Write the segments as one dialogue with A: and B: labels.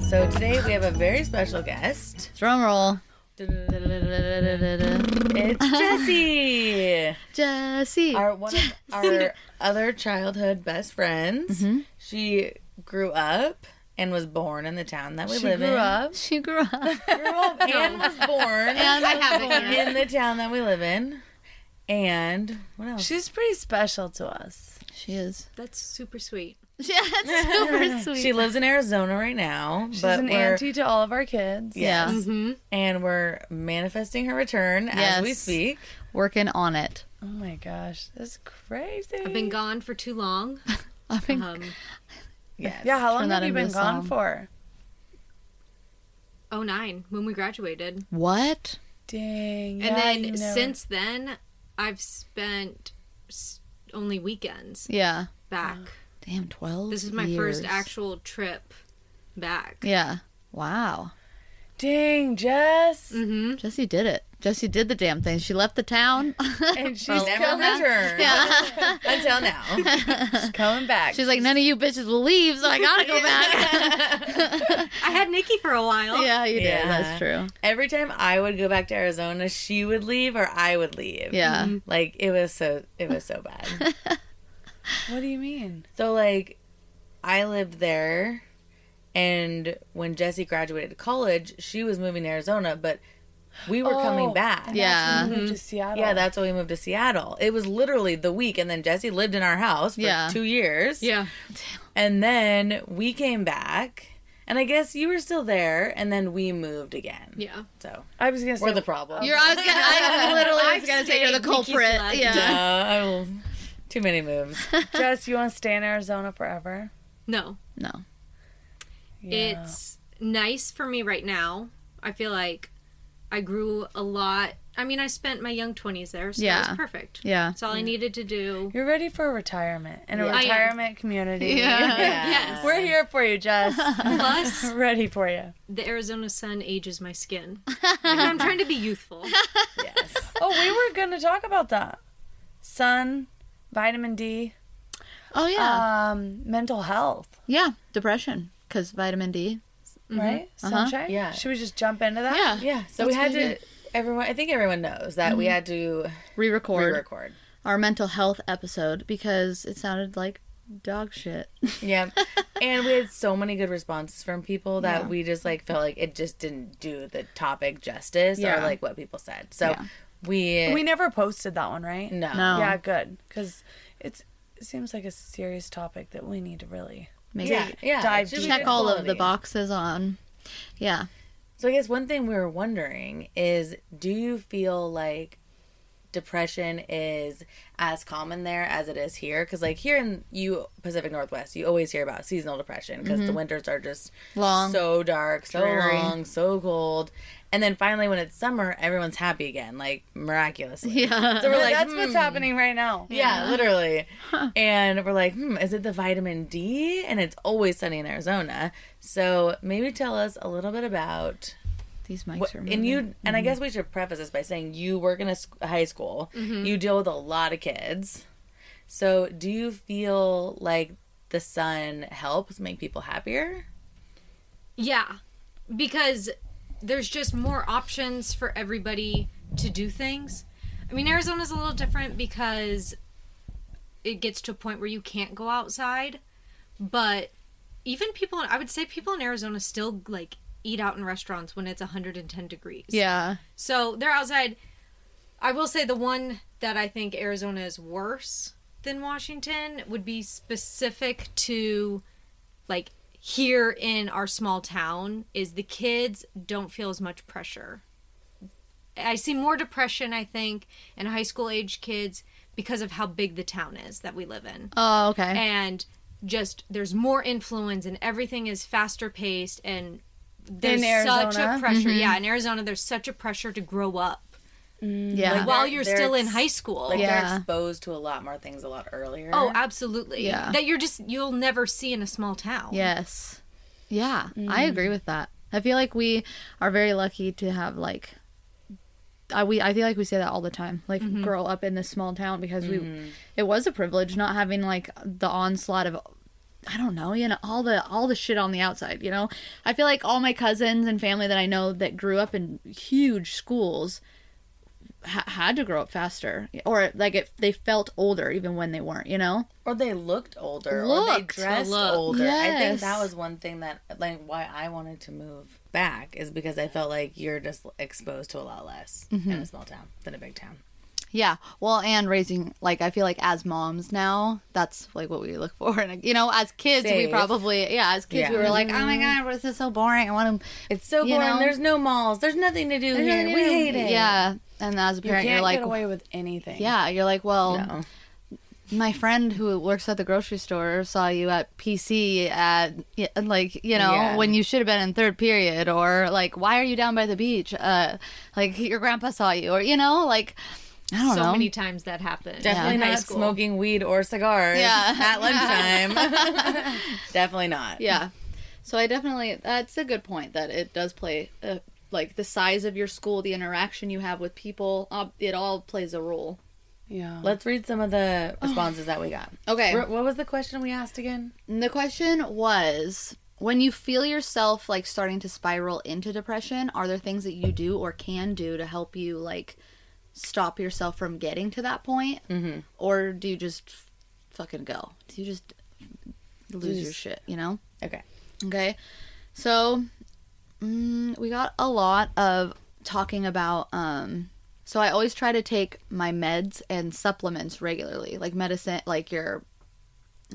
A: So today we have a very special guest.
B: Drum roll.
A: It's Jessie,
B: Jesse.
A: our one of our other childhood best friends.
B: Mm-hmm.
A: She grew up and was born in the town that we
B: she
A: live
B: grew
A: in.
B: up. She grew up.
A: Grew up and was born
B: And I have it here.
A: in the town that we live in. And what else?
C: She's pretty special to us.
B: She is.
D: That's super sweet.
B: Yeah, that's super sweet.
A: She lives in Arizona right now,
C: She's
A: but
C: an
A: we're
C: auntie to all of our kids.
B: yeah,
D: Mm-hmm.
A: and we're manifesting her return as we
B: Yes.
A: speak.
B: working on it.
C: Oh my gosh, that's crazy.
D: I've been gone for too long.
B: I've been
D: Um,
A: Yes.
C: Yeah, how long
B: Turn that
C: have you
B: into
C: been
B: a
C: gone
B: song.
C: for?
D: oh nine when we graduated,
B: what?
C: Dang. yeah,
D: and
C: you
D: then
C: never-
D: since then, I've spent s- only weekends
B: Yeah.
D: back.
B: Damn, twelve.
D: This is my first
B: years.
D: actual trip back.
B: Yeah. Wow.
C: Dang, Jess.
D: Mm-hmm.
B: Jesse did it. Jesse did the damn thing. She left the town.
C: And she's
A: She's never
C: coming,
A: returned
B: yeah.
A: until now.
C: she's coming back.
B: She's like, none of you bitches will leave, so I gotta go back.
D: I had Nikki for a while.
B: yeah, you did.
A: Yeah.
B: That's true.
A: Every time I would go back to Arizona, she would leave or I would leave.
B: Yeah.
A: Like it was so it was so bad.
C: what do you mean?
A: so like I lived there and when Jesse graduated college, she was moving to Arizona, but we were coming
C: Oh,
A: back.
C: and
B: Yeah.
C: That's when you moved to Seattle.
A: Yeah, that's when we moved to Seattle. It was literally the week, and then Jesse lived in our house for
B: Yeah.
A: two years.
D: Yeah.
A: And then we came back, and I guess you were still there, and then we moved again.
D: Yeah.
A: So
C: I was gonna say
A: we're the problem.
B: You're. I was gonna. I literally was gonna say you're the
D: Nikki's
B: culprit.
D: left.
A: No,
B: Yeah.
A: I will. Too many moves.
C: Jess. You want to stay in Arizona forever?
D: No,
B: No.
C: Yeah.
D: it's nice for me right now. I feel like I grew a lot. I mean, I spent my young twenties there, so yeah.
B: Yeah.
D: was perfect.
B: Yeah.
D: That's all I needed to do.
C: You're ready for retirement in a
D: Yeah. I am.
C: retirement community.
B: Yeah.
D: Yes.
C: We're here for you, Jess.
D: Plus,
C: ready for you.
D: the Arizona sun ages my skin. And I'm trying to be youthful.
A: Yes.
C: Oh, we were going to talk about that. Sun, vitamin D,
B: Oh yeah.
C: um, mental health,
B: yeah. Depression because vitamin D.
C: right?
B: Uh-huh.
C: Sunshine.
A: Yeah.
C: Should we just jump into that?
B: Yeah.
A: Ah, Yeah. So we had
B: That's
A: to. Everyone, I think everyone knows that
B: Mm-hmm.
A: we had to
B: Re-record
A: re-record.
B: our mental health episode because it sounded like dog shit.
A: Yeah, and we had so many good responses from people that
B: Yeah.
A: we just like felt like it just didn't do the topic justice or
B: Yeah.
A: like what people said. So
B: Yeah.
A: we
C: We never posted that one, right?
A: no.
B: No.
C: Yeah, good. Because it seems like a serious topic that we need to really.
B: Maybe
A: Yeah, yeah.
C: Dive
A: it should be
B: check
A: good
B: all of the
A: quality.
B: boxes on. Yeah.
A: So I guess one thing we were wondering is, do you feel like depression is as common there as it is here? Because like here in you Pacific Northwest, you always hear about seasonal depression because the winters are just
B: Mm-hmm. Long.
A: so dark, so
B: dreary.
A: long, so cold, and then finally when it's summer, everyone's happy again, like miraculously.
B: Yeah.
A: So we're like,
C: That's
A: hmm.
C: what's happening right now.
A: Yeah, literally. And we're like, hmm, is it the vitamin D? And it's always sunny in Arizona. So maybe tell us a little bit about
B: These mics
A: what,
B: are
A: and you and I
B: Mm-hmm.
A: guess we should preface this by saying you work in a sc- high school.
B: Mm-hmm.
A: You deal with a lot of kids. So do you feel like the sun helps make people happier?
D: Yeah. Because there's just more options for everybody to do things. I mean, Arizona's a little different because it gets to a point where you can't go outside, but even people I would say people in Arizona still like eat out in restaurants when it's 110 degrees.
B: Yeah.
D: So they're outside. I will say the one that I think Arizona is worse than Washington would be specific to like here in our small town is the kids don't feel as much pressure. I see more depression I think in high school age kids because of how big the town is that we live in
B: Oh,
A: Eh.
B: okay.
D: and just there's more influence and everything is faster paced and there's
C: Arizona?
D: such a pressure.
B: Mm-hmm.
D: Yeah, in Arizona there's such a pressure to grow up
B: yeah.
A: like-
D: while
A: They're-
D: you're
A: they're
D: still in
A: ex-
D: high school.
A: Like
B: Yeah.
A: they're exposed to a lot more things a lot earlier.
D: Oh, absolutely.
B: Yeah.
D: That you're just you'll never see in a small town.
B: yes. Yeah. I agree with that. I feel like we are very lucky to have like I we I feel like we say that all the time. Like grow up in this small town because we it was a privilege not having like the onslaught of I don't know, you know, all the all the shit on the outside, you know. I feel like all my cousins and family that I know that grew up in huge schools ha- had to grow up faster or like it, they felt older even when they weren't, you know.
A: or they looked older, or they
B: Looked.
A: dressed
D: Look.
A: older. I think
B: Yes.
A: that was one thing that, like, why I wanted to move back is because I felt like you're just exposed to a lot less
B: Mm-hmm.
A: in a small town than a big town.
B: Yeah. Well, and raising like I feel like as moms now, that's like what we look for. And you know, as kids
A: Safe.
B: we probably yeah, as kids
A: Yeah.
B: we were like, "Oh my god, this is so boring. I want to
A: It's so
B: You
A: boring.
B: know?
A: There's no malls. There's nothing to do here. We hate it.
B: Yeah. And as a
C: You
B: parent,
C: can't
B: you are like
C: get away with anything.
B: yeah, you're like, well,
A: No.
B: my friend who works at the grocery store saw you at PC at y- like you know
A: Yeah.
B: when you should have been in third period or like why are you down by the beach uh like your grandpa saw you or you know like I don't
D: so
B: know
D: many times that happened.
A: Definitely
D: in high
A: not
D: school.
A: smoking weed or cigars
B: Yeah.
A: at lunchtime. Definitely not.
B: yeah so I definitely that's a good point that it does play uh, like the size of your school the interaction you have with people uh, it all plays a role
C: Yeah.
A: Let's read some of the responses that we got.
B: Oh. okay
A: Wh- What was the question we asked again?
B: And The question was when you feel yourself like starting to spiral into depression, are there things that you do or can do to help you like stop yourself from getting to that point? Mm-hmm. Or do you just fucking go? Do you just lose your shit, you know?
A: Okay.
B: Okay. So mm, we got a lot of talking about. Um, so I always try to take my meds and supplements regularly, like medicine, like your.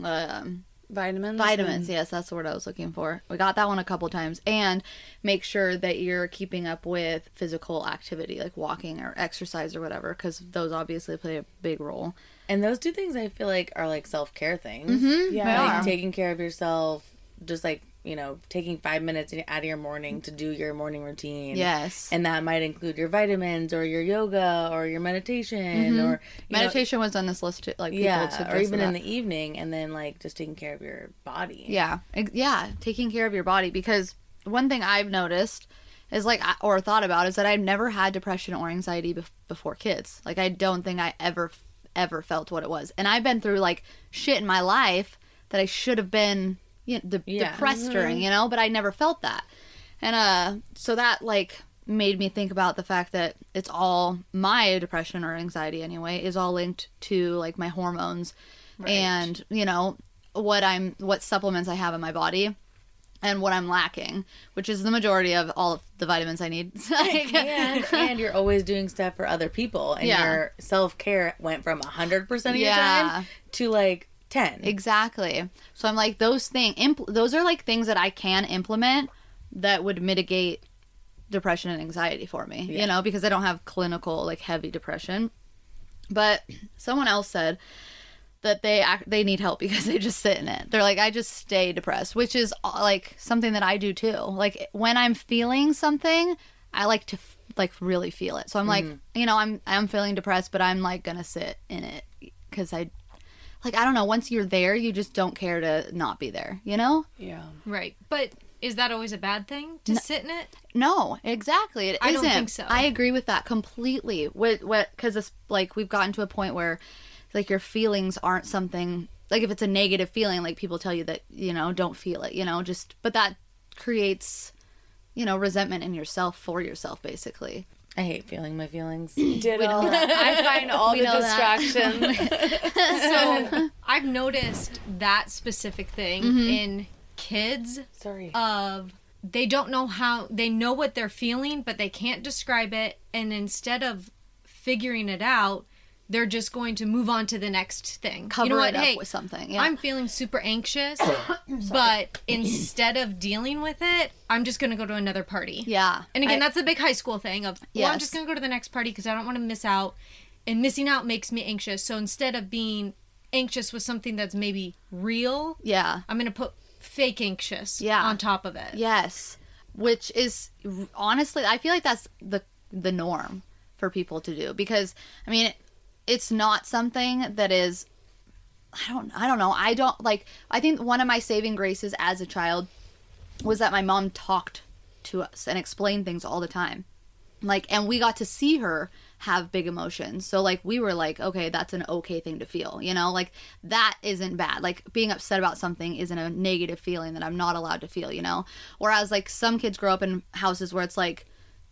B: Um,
C: Vitamins.
B: Vitamins, yes, that's the word I was looking for. We got that one a couple times. And make sure that you're keeping up with physical activity, like walking or exercise or whatever, because those obviously play a big role.
A: And those two things I feel like are like self care things.
B: Mm-hmm.
C: Yeah.
A: Like
B: Yeah.
A: taking care of yourself, just like, you know, taking five minutes out of your morning to do your morning routine.
B: Yes.
A: And that might include your vitamins or your yoga or your meditation or you know,
B: Mm-hmm. Meditation was on this list too. Like, people
A: yeah.
B: suggested
A: Or even
B: that.
A: in the evening and then like just taking care of your body.
B: Yeah. Ex- Yeah. Taking care of your body. Because one thing I've noticed is like, I- or thought about is that I've never had depression or anxiety bef- before kids. Like, I don't think I ever, ever felt what it was. And I've been through like shit in my life that I should have been you know, de-
A: Yeah.
B: depressed during, you know, but I never felt that. And uh, so that like made me think about the fact that it's all my depression or anxiety anyway is all linked to like my hormones and you know what I'm what supplements I have in my body and what I'm lacking, which is the majority of all of the vitamins I need. Like,
A: and, and you're always doing stuff for other people and
B: Yeah.
A: your self-care went from 100% of your
B: Yeah.
A: time to like 10
B: Exactly. So I'm like those thing impl- those are like things that I can implement that would mitigate depression and anxiety for me,
A: Yeah.
B: you know, because I don't have clinical like heavy depression. But someone else said that they act- they need help because they just sit in it. They're like I just stay depressed, which is uh, like something that I do too. Like when I'm feeling something, I like to f- like really feel it. So I'm like, you know, I'm I'm feeling depressed, but I'm like going to sit in it cuz I like I don't know, once you're there, you just don't care to not be there, you know?
C: Yeah.
D: Right. But is that always a bad thing to sit in it?
B: No, exactly. It
D: I don't
B: not
D: think so.
B: I agree with that completely. What what cuz it's like we've gotten to a point where like your feelings aren't something like if it's a negative feeling like people tell you that, you know, don't feel it, you know, just but that creates you know, resentment in yourself for yourself basically.
A: i hate feeling my feelings
C: Did all that. I find all
B: We
C: the
B: know that.
C: distractions.
D: So I've noticed that specific thing
B: Mm-hmm.
D: in kids
C: Sorry.
D: of they don't know how they know what they're feeling but they can't describe it and instead of figuring it out they're just going to move on to the next thing
B: Cover
D: you know what
B: it up
D: hey
B: with something. Yeah.
D: i'm feeling super anxious but instead of dealing with it i'm just going to go to another party
B: yeah.
D: and again
B: I-
D: that's a big high school thing of well i'm
B: Yes.
D: just going to go to the next party because i don't want to miss out and missing out makes me anxious so instead of being anxious with something that's maybe real
B: yeah.
D: I'm gonna put fake anxious
B: Yeah.
D: on top of it.
B: Yes, which is honestly, I feel like that's the the norm for people to do because I mean, it's not something that is. I don't. I don't know. I don't like. I think one of my saving graces as a child was that my mom talked to us and explained things all the time. like and we got to see her have big emotions so like we were like okay that's an okay thing to feel you know like that isn't bad like being upset about something isn't a negative feeling that i'm not allowed to feel you know whereas like some kids grow up in houses where it's like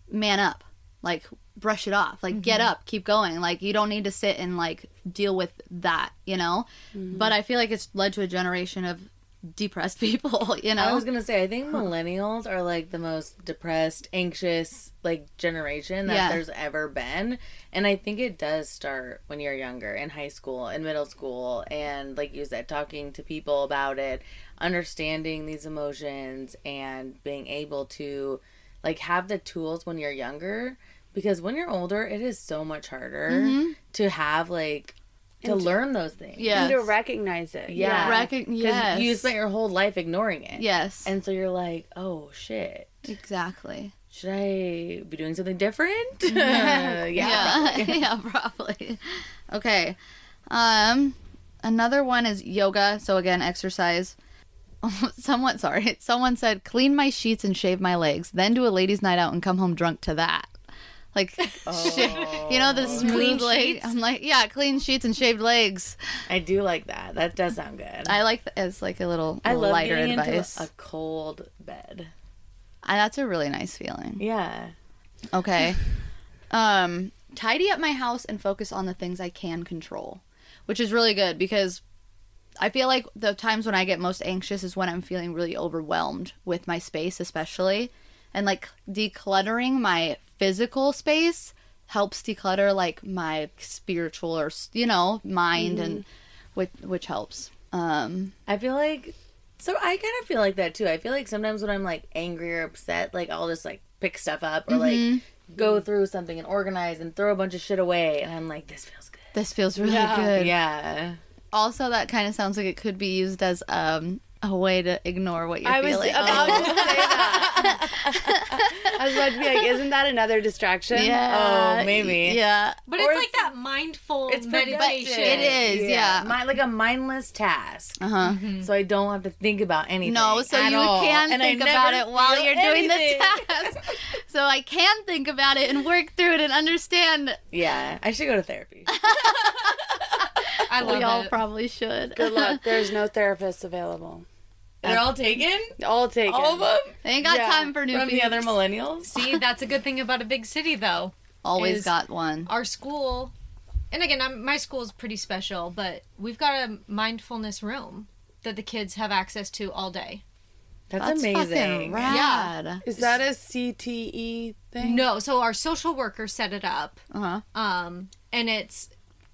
B: man up like brush it off like get up keep going like you don't need to sit and like deal with that you know but i feel like it's led to a generation of depressed people you know
A: I was gonna say, I think millennials are like the most depressed, anxious like generation that
B: Yeah.
A: there's ever been, and I think it does start when you're younger, in high school, in middle school, and like you said, talking to people about it, understanding these emotions, and being able to like have the tools when you're younger, because when you're older, it is so much harder to have like to learn those things.
B: Mm-hmm. yeah
C: And to recognize it.
A: Yeah.
B: Recog- yes.
A: Because you spent your whole life ignoring it.
B: Yes.
A: And so you're like, oh shit,
B: exactly.
A: should I be doing something different? yeah.
B: Yeah. Yeah, probably. Okay. Um another one is yoga, so again exercise. Someone sorry, someone said clean my sheets and shave my legs, then do a ladies night out and come home drunk to that. Like shit. you know
A: Oh.
B: the smooth leg. I'm like, yeah, clean sheets and shaved legs.
A: I do like that. That does sound good. I,
B: I like th- it's like a little,
A: love
B: lighter
A: getting
B: advice.
A: into a cold bed.
B: I- that's a really nice feeling.
A: Yeah.
B: Okay. um, tidy up my house and focus on the things I can control, which is really good because I feel like the times when I get most anxious is when I'm feeling really overwhelmed with my space, especially. And like decluttering my physical space helps declutter like my spiritual or s- you know mind
C: Mm.
B: and which which helps. Um,
A: I feel like so I kind of feel like that too. I feel like sometimes when I'm like angry or upset, like I'll just like pick stuff up or like
C: Mm-hmm.
A: go through something and organize and throw a bunch of shit away and I'm like this feels good.
B: this feels really good.
A: Yeah.
B: Also, that kind of sounds like it could be used as um, a way to ignore what you're
C: I was
B: feeling.
C: about
A: "Oh."
C: to say that. I was about to be like, isn't that another distraction?
B: Yeah.
A: Oh, maybe.
B: Yeah.
D: But
A: Or
D: it's like
A: it's-
D: that mindful
A: It's
D: meditation.
B: It is, yeah.
A: Mi- like a mindless task.
B: Uh huh.
A: so I don't have to think about anything.
B: No, so
A: at
B: you
A: all.
B: can
A: And I
B: think
A: never
B: about it while
A: feel
B: you're doing
A: anything.
B: the task. so I can think about it and work through it and understand.
A: Yeah, I should go to therapy.
D: I love
B: we all
D: it.
B: probably should.
C: Good luck. There's no therapists available.
A: They're all taken.
C: All taken.
A: All of them
B: They ain't got
C: Yeah,
B: time for new
A: from the
B: people.
A: other millennials.
D: See, that's a good thing about a big city, though.
B: Always
D: is-
B: got one.
D: Our school, and again, I'm, my school is pretty special, but we've got a mindfulness room that the kids have access to all day.
A: That's,
B: That's
A: amazing.
B: fucking rad.
C: Is that a CTE thing?
D: No, so our social worker set it up,
B: Uh-huh.
D: um, and it's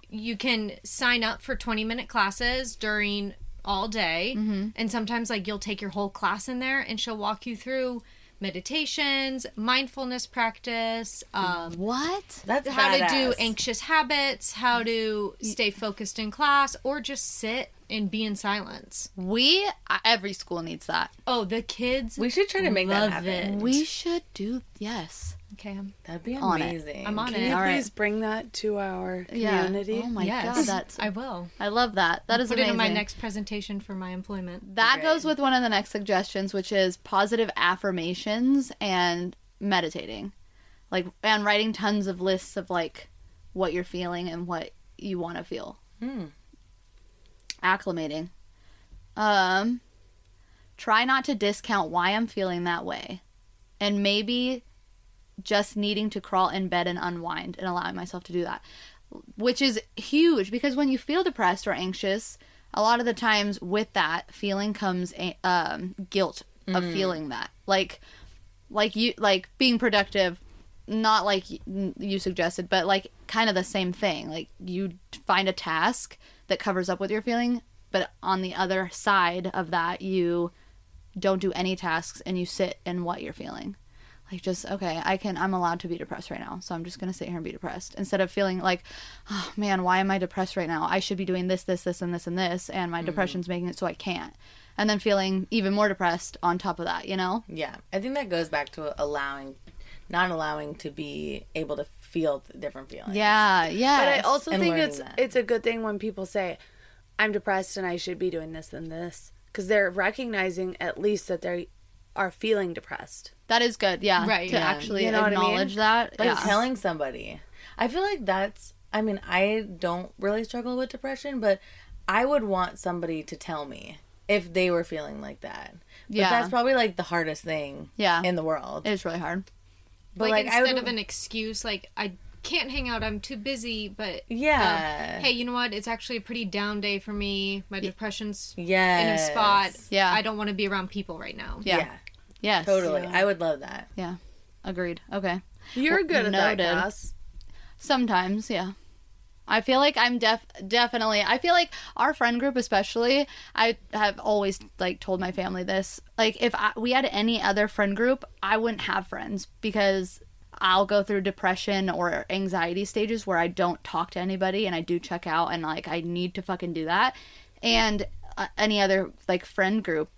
D: you can sign up for 20 minute classes during all day,
A: Mm-hmm.
D: and sometimes like you'll take your whole class in there, and she'll walk you through meditations, mindfulness practice, um,
B: What?
A: That's
D: how to do
A: badass.
D: anxious habits, how to stay focused in class, or just sit and be in silence.
B: We, I- every school needs that.
D: Oh, the kids.
A: We should try to make
D: Love
A: that
D: it.
A: happen. Oh
B: We should do, yes.
D: okay, I'm-
A: That'd be
B: On it.
A: amazing.
D: I'm on
C: Can
D: it.
C: you
B: All right.
C: please bring that to our
B: Yeah.
C: community?
B: Oh my
D: yes,
B: God, that's,
D: I
B: I,
D: will.
B: love that. That is
D: Put
B: amazing.
D: it in my next presentation for my employment.
B: That
A: Okay.
B: goes with one of the next suggestions, which is positive affirmations and meditating. Like, and writing tons of lists of like what you're feeling and what you want to feel.
A: Hmm.
B: Acclimating. Um, try not to discount why I'm feeling that way. And maybe just needing to crawl in bed and unwind and allowing myself to do that, which is huge because when you feel depressed or anxious, a lot of the times with that feeling comes a- um, guilt of feeling that, like, like you like being productive, not like y- you suggested, but like kind of the same thing. Like you find a task that covers up with your feeling, but on the other side of that, you don't do any tasks and you sit in what you're feeling like just okay i can i'm allowed to be depressed right now so i'm just going to sit here and be depressed instead of feeling like oh man why am i depressed right now i should be doing this this this and this and this and my depression's making it so i can't and then feeling even more depressed on top of that you know
A: Yeah, I think that goes back to allowing, not allowing to be able to feel th- different feelings.
B: yeah yeah
C: But I also
A: and
C: think
A: learning
C: it's
A: that.
C: it's a good thing when people say, "I'm depressed and I should be doing this and this," because they're recognizing at least that they are feeling depressed.
B: That is good. Yeah.
D: Right,
B: To
D: yeah.
B: actually
C: You know what I mean?
B: acknowledge that.
A: Like
B: yeah.
A: telling somebody. I feel like that's, I mean, I don't really struggle with depression, but I would want somebody to tell me if they were feeling like that. But
B: Yeah.
A: that's probably like the hardest thing
B: yeah.
A: in the world.
B: It's really hard.
A: but
D: like,
A: like, I
D: instead
A: would,
D: of an excuse, like I can't hang out, I'm too busy, but um,
A: yeah.
D: hey, you know what? It's actually a pretty down day for me. My depression's in a
A: Yes.
D: spot.
B: Yeah.
D: I don't want to be around people right now.
B: Yeah.
A: yeah.
B: Yes.
A: Totally. I would love that.
B: Agreed. Okay.
C: You're
B: good at that, noted.
C: Cass.
B: Sometimes, yeah. I feel like I'm def definitely. I feel like our friend group, especially, I have always like told my family this. Like, if I, we had any other friend group, I wouldn't have friends because I'll go through depression or anxiety stages where I don't talk to anybody and I do check out and like I need to fucking do that. And uh, any other like friend group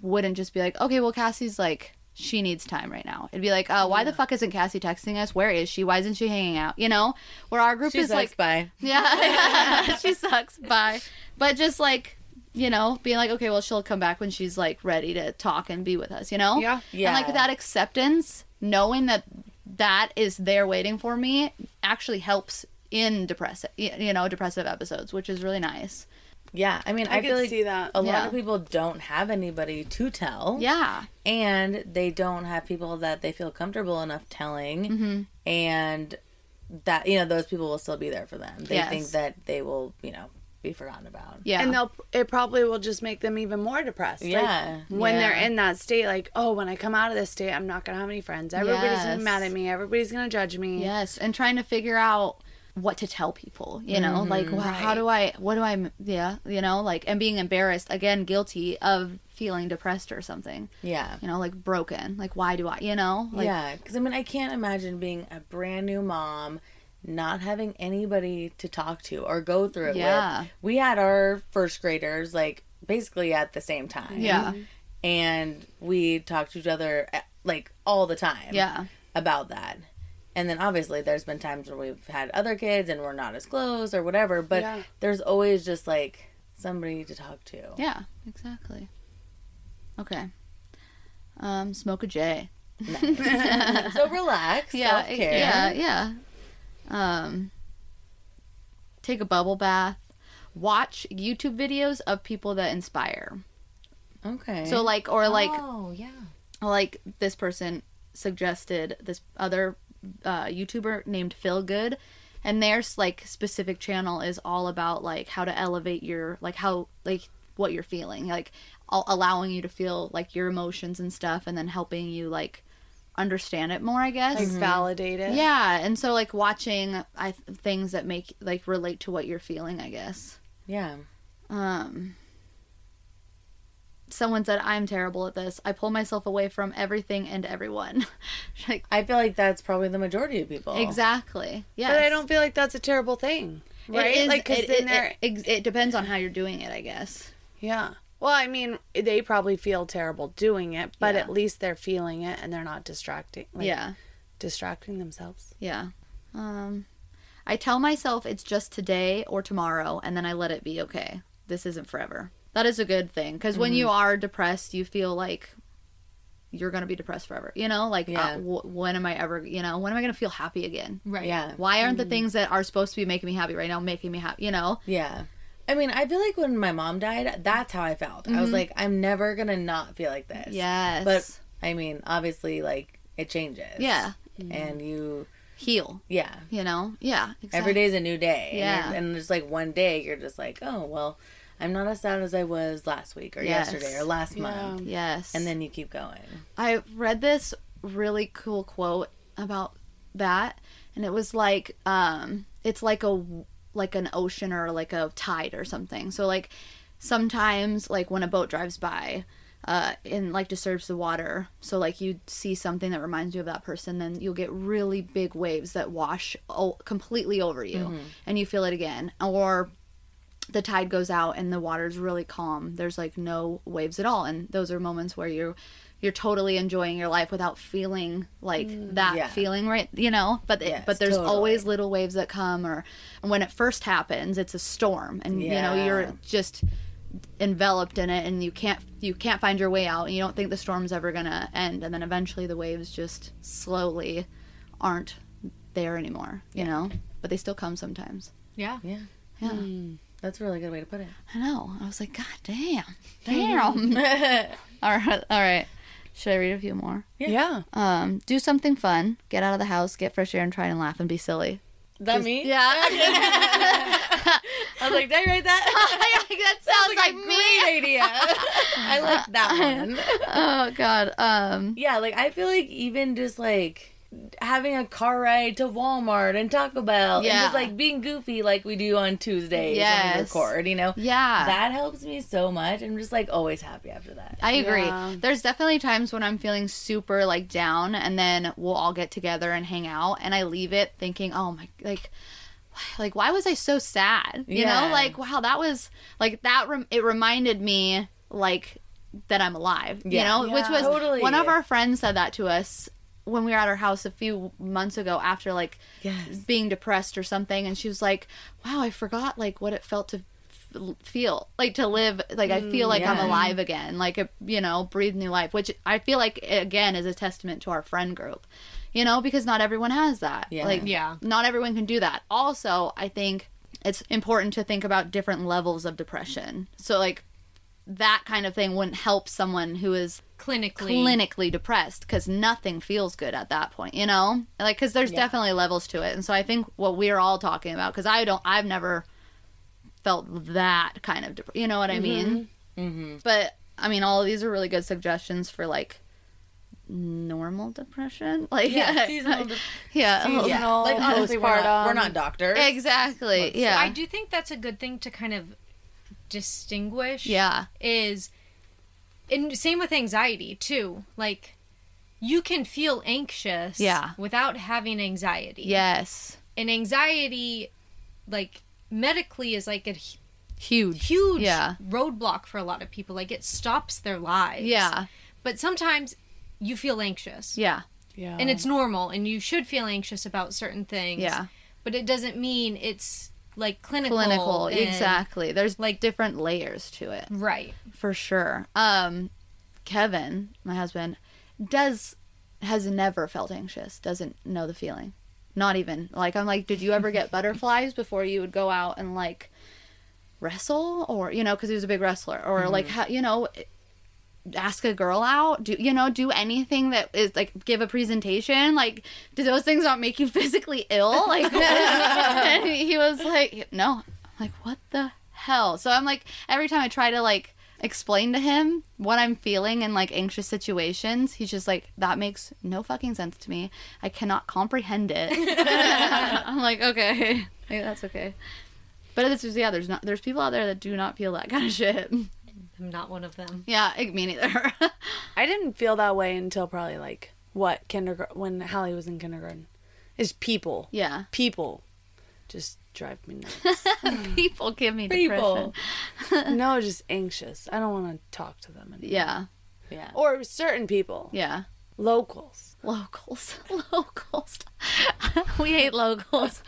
B: wouldn't just be like, okay, well, Cassie's like, she needs time right now. It'd be like, uh, why the fuck isn't Cassie texting us? Where is she? Why isn't she hanging out? You know, where our group
A: She
B: is
A: sucks
B: like,
A: by.
B: yeah, she sucks. Bye. But just like, you know, being like, okay, well, she'll come back when she's like ready to talk and be with us, you know?
C: Yeah.
A: Yeah.
B: And like that acceptance, knowing that that is there waiting for me, actually helps in depressive, you know, depressive episodes, which is really nice.
A: Yeah. I mean, I,
C: I,
A: feel
C: could
A: like
C: see that.
A: a lot
B: Yeah.
A: of people don't have anybody to tell.
B: Yeah.
A: and they don't have people that they feel comfortable enough telling
B: Mm-hmm.
A: and that you know those people will still be there for them they
B: Yes.
A: think that they will you know be forgotten about
B: Yeah.
C: And they'll it probably will just make them even more depressed. Like,
A: Yeah.
C: when they're
B: Yeah.
C: in that state, like, oh, when I come out of this state, I'm not gonna have any friends. Everybody's gonna
B: Yes.
C: be mad at me, everybody's gonna judge me.
B: Yes, and trying to figure out what to tell people, you know,
C: Mm-hmm.
B: like well, how do I, what do I, yeah, you know, like and being embarrassed again, guilty of feeling depressed or something,
A: yeah
B: you know, like broken, like why do I, you know, like
A: yeah because i mean i can't imagine being a brand new mom not having anybody to talk to or go through it
B: Yeah.
A: with we had our first graders like basically at the same time
B: yeah,
A: and we talked to each other eh, like all the time
B: yeah,
A: about that. And then obviously there's been times where we've had other kids and we're not as close or whatever, but
C: Yeah.
A: there's always just like somebody to talk to.
B: yeah, exactly. Okay, um, smoke a J.
A: So relax,
B: yeah,
A: self care.
B: yeah, yeah. Um, take a bubble bath. Watch YouTube videos of people that inspire.
A: Okay.
B: So like, or like,
D: Oh yeah.
B: like this person suggested this other uh, YouTuber named Phil Good, and their like specific channel is all about like how to elevate your like how like what you're feeling, like all, allowing you to feel like your emotions and stuff, and then helping you like understand it more. I guess
C: Like validate it.
B: yeah, and so like watching I things that make like relate to what you're feeling. I guess.
A: yeah.
B: Um, someone said, I'm terrible at this. I pull myself away from everything and everyone. like,
A: I feel like that's probably the majority of people.
B: exactly. Yeah.
C: Oh. But I don't feel like that's a terrible thing. Right? like, cause
B: it,
C: then
B: it,
C: they're
B: it, ex- it depends on how you're doing it, I guess.
C: Yeah. Well, I mean, they probably feel terrible doing it, but
B: Yeah.
C: at least they're feeling it and they're not distracting. Like,
B: yeah.
C: Distracting themselves.
B: Yeah. Um, I tell myself it's just today or tomorrow, and then I let it be okay. This isn't forever. That is a good thing because when
C: Mm-hmm.
B: you are depressed, you feel like you're gonna be depressed forever. You know, like
A: Yeah.
B: uh, wh- when am I ever? You know, when am I gonna feel happy again?
D: Right.
A: Yeah.
B: Why aren't the things that are supposed to be making me happy right now making me happy? You know?
A: Yeah. I mean, I feel like when my mom died, that's how I felt. I was like, I'm never gonna not feel like this.
B: Yes.
A: But I mean, obviously like it changes.
B: yeah,
A: And you
B: heal.
A: yeah.
B: You know? Yeah. Exactly.
A: Every day's a new day. and
B: Yeah.
A: you're- And, it's like one day you're just like, oh, well, I'm not as sad as I was last week or
B: Yes.
A: yesterday or last month.
B: Yes.
A: And then you keep going.
B: I read this really cool quote about that, and it was like, um, it's like a like an ocean or like a tide or something. So like sometimes like when a boat drives by, uh, and like disturbs the water, so like you see something that reminds you of that person, then you'll get really big waves that wash o- completely over you, and you feel it again, or the tide goes out and the water's really calm. There's like no waves at all, and those are moments where you're you're totally enjoying your life without feeling like that
A: Mm, yeah.
B: feeling right, you know. But it,
A: Yes,
B: but there's
A: totally.
B: always little waves that come, or and when it first happens, it's a storm, and you know
A: Yeah.
B: you're just enveloped in it and you can't you can't find your way out and you don't think the storm's ever going to end and then eventually the waves just slowly aren't there anymore, you know? But they still come sometimes.
D: Yeah.
A: Yeah.
B: Yeah.
A: That's a really good way to put it.
B: I know. I was like, God damn. Damn. all right. All right. Should I read a few more?
A: Yeah.
B: Um, do something fun. Get out of the house. Get fresh air and try and laugh and be silly.
A: Is that me?
B: Yeah.
A: I was like, did I write that?
B: that sounds like, me.
A: Great idea. I like that one.
B: Oh God. Um.
A: Yeah, like I feel like even just like having a car ride to Walmart and Taco Bell and
B: Yeah.
A: just like being goofy like we do on Tuesdays when
B: Yes.
A: we record, you know.
B: Yeah.
A: That helps me so much. I'm just like always happy after that.
B: I agree.
C: Yeah.
B: There's definitely times when I'm feeling super like down, and then we'll all get together and hang out, and I leave it thinking, oh my, like, like why was I so sad? You
A: Yeah.
B: know, like wow, that was like that. Rem- it reminded me like that I'm alive.
A: Yeah.
B: You know, which
A: Yeah.
B: was
A: Totally.
B: one of our friends said that to us when we were at our house a few months ago after like
A: Yes.
B: being depressed or something and she was like wow i forgot like what it felt to f- feel like to live like i feel like i'm
A: Mm, yeah.
B: alive again like a, you know breathe new life which i feel like again is a testament to our friend group you know because not everyone has that
A: Yeah.
B: like
D: Yeah.
B: not everyone can do that also i think it's important to think about different levels of depression so like that kind of thing wouldn't help someone who is
D: Clinically.
B: clinically depressed because nothing feels good at that point you know like because there's definitely levels to it and so i think what we're all talking about because i don't i've never felt that kind of dep- you know what i mean
A: Mhm.
B: but i mean all of these are really good suggestions for like normal depression like
A: Yeah,
B: yeah
A: seasonal de-
B: yeah, oh,
A: Yeah. Like honestly, we're not,
C: postpartum.
A: we're not doctors.
B: exactly yeah
D: I do think that's a good thing to kind of distinguish.
B: yeah
D: Is and same with anxiety too. Like you can feel anxious
B: Yeah.
D: without having anxiety.
B: yes
D: And anxiety like medically is like a hu-
B: huge
D: huge
B: Yeah.
D: roadblock for a lot of people. Like it stops their lives.
B: yeah
D: But sometimes you feel anxious.
B: yeah
C: Yeah.
D: And it's normal and you should feel anxious about certain things.
B: yeah
D: But it doesn't mean it's like clinical.
B: clinical
D: and-
B: exactly there's like
D: like-
B: different layers to it
D: Right.
B: for sure. Um, Kevin, my husband, does has never felt anxious. Doesn't know the feeling. Not even like I'm like, did you ever get butterflies before you would go out and like wrestle or you know because he was a big wrestler or like how you know ask a girl out do you know do anything that is like give a presentation like do those things not make you physically ill like and he was like no I'm like what the hell so i'm like every time i try to like explain to him what i'm feeling in like anxious situations he's just like that makes no fucking sense to me i cannot comprehend it i'm like okay like, that's okay but it's just yeah there's not there's people out there that do not feel that kind of shit
D: I'm not one of them.
B: yeah I- me neither
C: I didn't feel that way until probably like what kindergarten when Hallie was in kindergarten. Is people.
B: yeah
C: People just drive me nuts.
B: people give me
A: People.
B: people.
C: no, just anxious. I don't want to talk to them. Anymore.
B: Yeah,
A: Yeah.
C: Or certain people.
B: yeah.
C: Locals.
B: Locals, locals. we hate locals.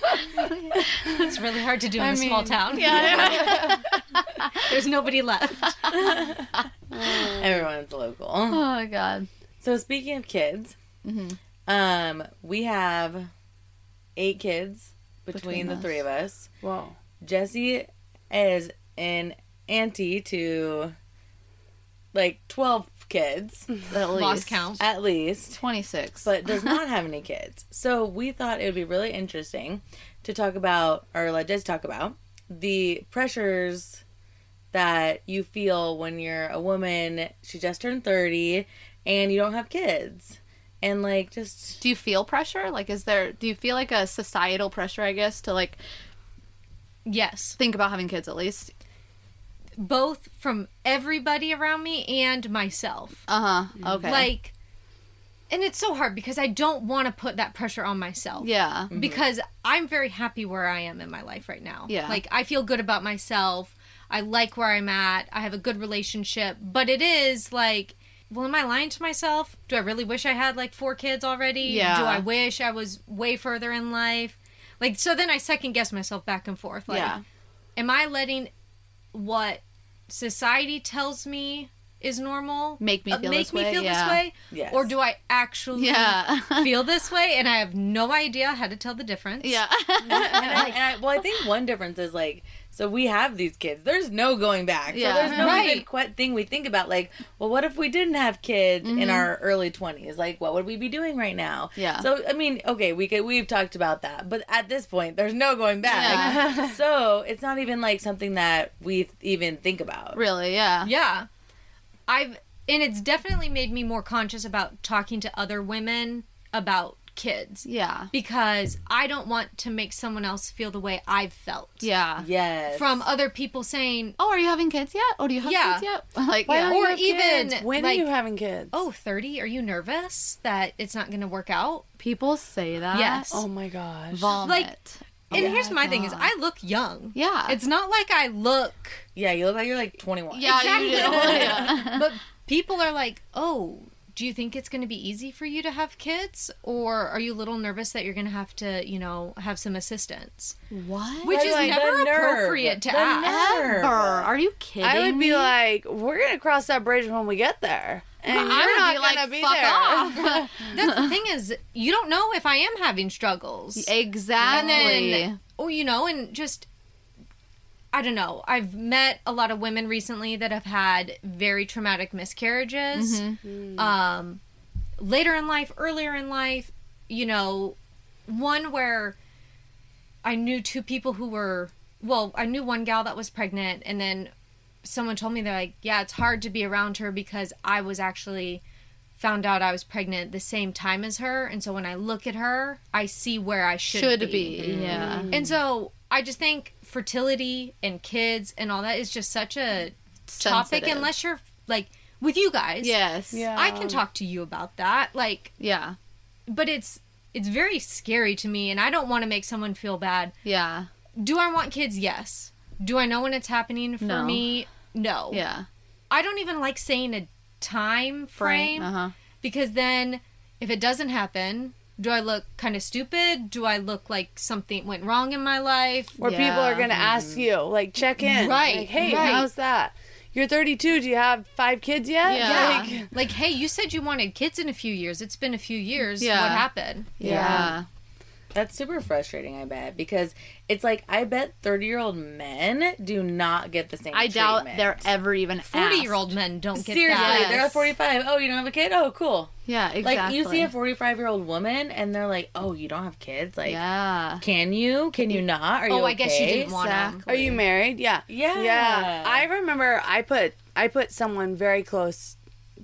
D: It's really hard to do in a
A: mean,
D: small town.
B: yeah,
D: There's nobody left.
A: Everyone's local.
B: oh my god.
A: So speaking of kids,
B: Mhm.
A: um, we have eight kids between,
B: Between
A: the
B: us.
A: three of us.
C: Whoa.
A: Jesse is an auntie to like twelve kids
B: At least.
D: Lost count.
A: at least,
B: Twenty six.
A: but does not have any kids. So we thought it would be really interesting to talk about, or let Jesse talk about the pressures that you feel when you're a woman. She just turned thirty, and you don't have kids, and like just
B: do you feel pressure? Like, is there? Do you feel like a societal pressure? I guess to like
D: Yes.
B: think about having kids at least.
D: Both from everybody around me and myself.
B: Uh huh. Okay.
D: Like and it's so hard because I don't want to put that pressure on myself.
B: Yeah.
D: Because I'm very happy where I am in my life right now.
B: Yeah.
D: Like I feel good about myself. I like where I'm at. I have a good relationship. But it is like well, am I lying to myself? Do I really wish I had like four kids already?
B: Yeah.
D: Do I wish I was way further in life? Like so then I second guess myself back and forth. Like
B: yeah.
D: am I letting what society tells me is normal
B: Make me
D: uh,
B: feel
D: make
B: this
D: me
B: way,
D: feel
B: yeah.
D: this way
A: Yes.
D: or do I actually
B: Yeah.
D: feel this way and I have no idea how to tell the difference.
B: yeah.
A: and, I, and I, well, I think one difference is like, so we have these kids. There's no going back.
B: Yeah.
A: So there's no
D: Right.
A: even qu- thing we think about. Like, well, what if we didn't have kids
D: Mm-hmm.
A: in our early 20s? Like, what would we be doing right now?
B: Yeah.
A: So, I mean, okay, we could, we've talked about that. But at this point, there's no going back.
B: Yeah.
A: so it's not even like something that we even think about.
B: really, yeah.
D: Yeah. I've and it's definitely made me more conscious about talking to other women about kids
B: Yeah.
D: because I don't want to make someone else feel the way I've felt.
B: Yeah.
A: Yes.
D: From other people saying,
B: Oh, are you having kids yet? Oh, do you have
D: Yeah.
B: kids yet? Like,
C: Why
B: yeah.
C: don't you
D: Or
C: have
D: even,
C: kids? when
D: like-
C: are you having kids?
D: "Oh, 30, are you nervous that it's not going to work out?"
B: people say that.
D: Yes.
C: oh my gosh.
B: Vomit.
D: Like- And here's my thing is I look young.
B: yeah.
D: It's not like I look
A: yeah, you look like you're like 21.
B: yeah,
D: Exactly.
B: you do. Oh, Yeah.
D: but people are like, "Oh, do you think it's going to be easy for you to have kids or are you a little nervous that you're going to have to, you know, have some assistance?"
B: what?
D: Which
A: Like,
D: is
A: like, the
D: never
A: nerve.
D: appropriate to
A: The
D: ask.
B: Ever.
A: nerve.
B: Are you kidding
C: I would be
B: me?
C: like, we're gonna cross that bridge when we get there, and you're
B: I would
C: not
B: be
C: gonna
B: like,
C: be
B: fuck
C: there.
B: off.
D: That's the thing is, you don't know if I am having struggles. And
B: exactly.
D: then, oh, you know, and just, I don't know. I've met a lot of women recently that have had very traumatic miscarriages. Um, later in life, earlier in life, you know, one where I knew two people who were, well, I knew one gal that was pregnant, and then someone told me they're like, yeah, it's hard to be around her because I was actually found out I was pregnant the same time as her, and so when I look at her, I see where I should,
B: should be.
D: be.
B: Yeah.
D: And so I just think fertility and kids and all that is just such a topic
B: Sensitive.
D: unless you're like with you guys.
B: Yes.
C: Yeah.
D: I can talk to you about that. Like
B: Yeah.
D: but it's it's very scary to me and I don't want to make someone feel bad.
B: Yeah.
D: Do I want kids? Yes. Do I know when it's happening for
B: No.
D: me? No.
B: Yeah.
D: I don't even like saying a time frame
B: Uh huh.
D: because then if it doesn't happen, do I look kind of stupid? Do I look like something went wrong in my life?
C: Where people
B: Yeah.
C: are
B: mm-hmm.
C: gonna ask you, like, check in,
D: Right,
C: Like, hey,
D: right.
C: how's that? You're 32. Do you have five kids yet?
B: Yeah.
C: Like,
D: Like, like, hey, you said you wanted kids in a few years. It's been a few years.
B: Yeah.
D: What happened?
B: Yeah.
A: That's super frustrating, I bet, because it's like I bet thirty-year-old men do not get the same.
B: I doubt
A: treatment.
B: they're ever even
D: Forty-year-old
B: asked.
D: men don't get
A: seriously.
D: that.
A: They're
B: Yes.
A: forty-five. Oh, you don't have a kid? Oh, cool.
B: Yeah. Exactly.
A: Like you see a forty-five-year-old woman, and they're like, "Oh, you don't have kids? Like,
B: Yeah.
A: can you? Can you not? Are you?
D: Oh, I guess you
A: okay?"
D: didn't want them.
B: Exactly.
C: Are you married? Yeah.
A: Yeah.
C: Yeah. I remember I put I put someone very close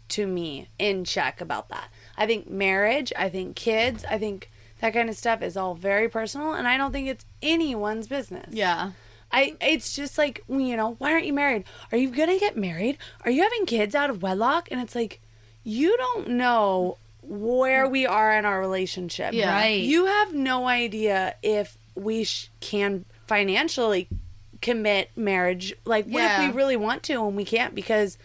C: to me in check about that. I think marriage, I think kids, I think that kind of stuff is all very personal and I don't think it's anyone's business.
B: Yeah.
C: I it's just like, you know, why aren't you married? Are you going to get married? Are you having kids out of wedlock? And it's like you don't know where we are in our relationship.
B: Yeah.
D: Right.
C: You have no idea if we sh- can financially commit marriage. Like, what
B: Yeah.
C: if we really want to and we can't because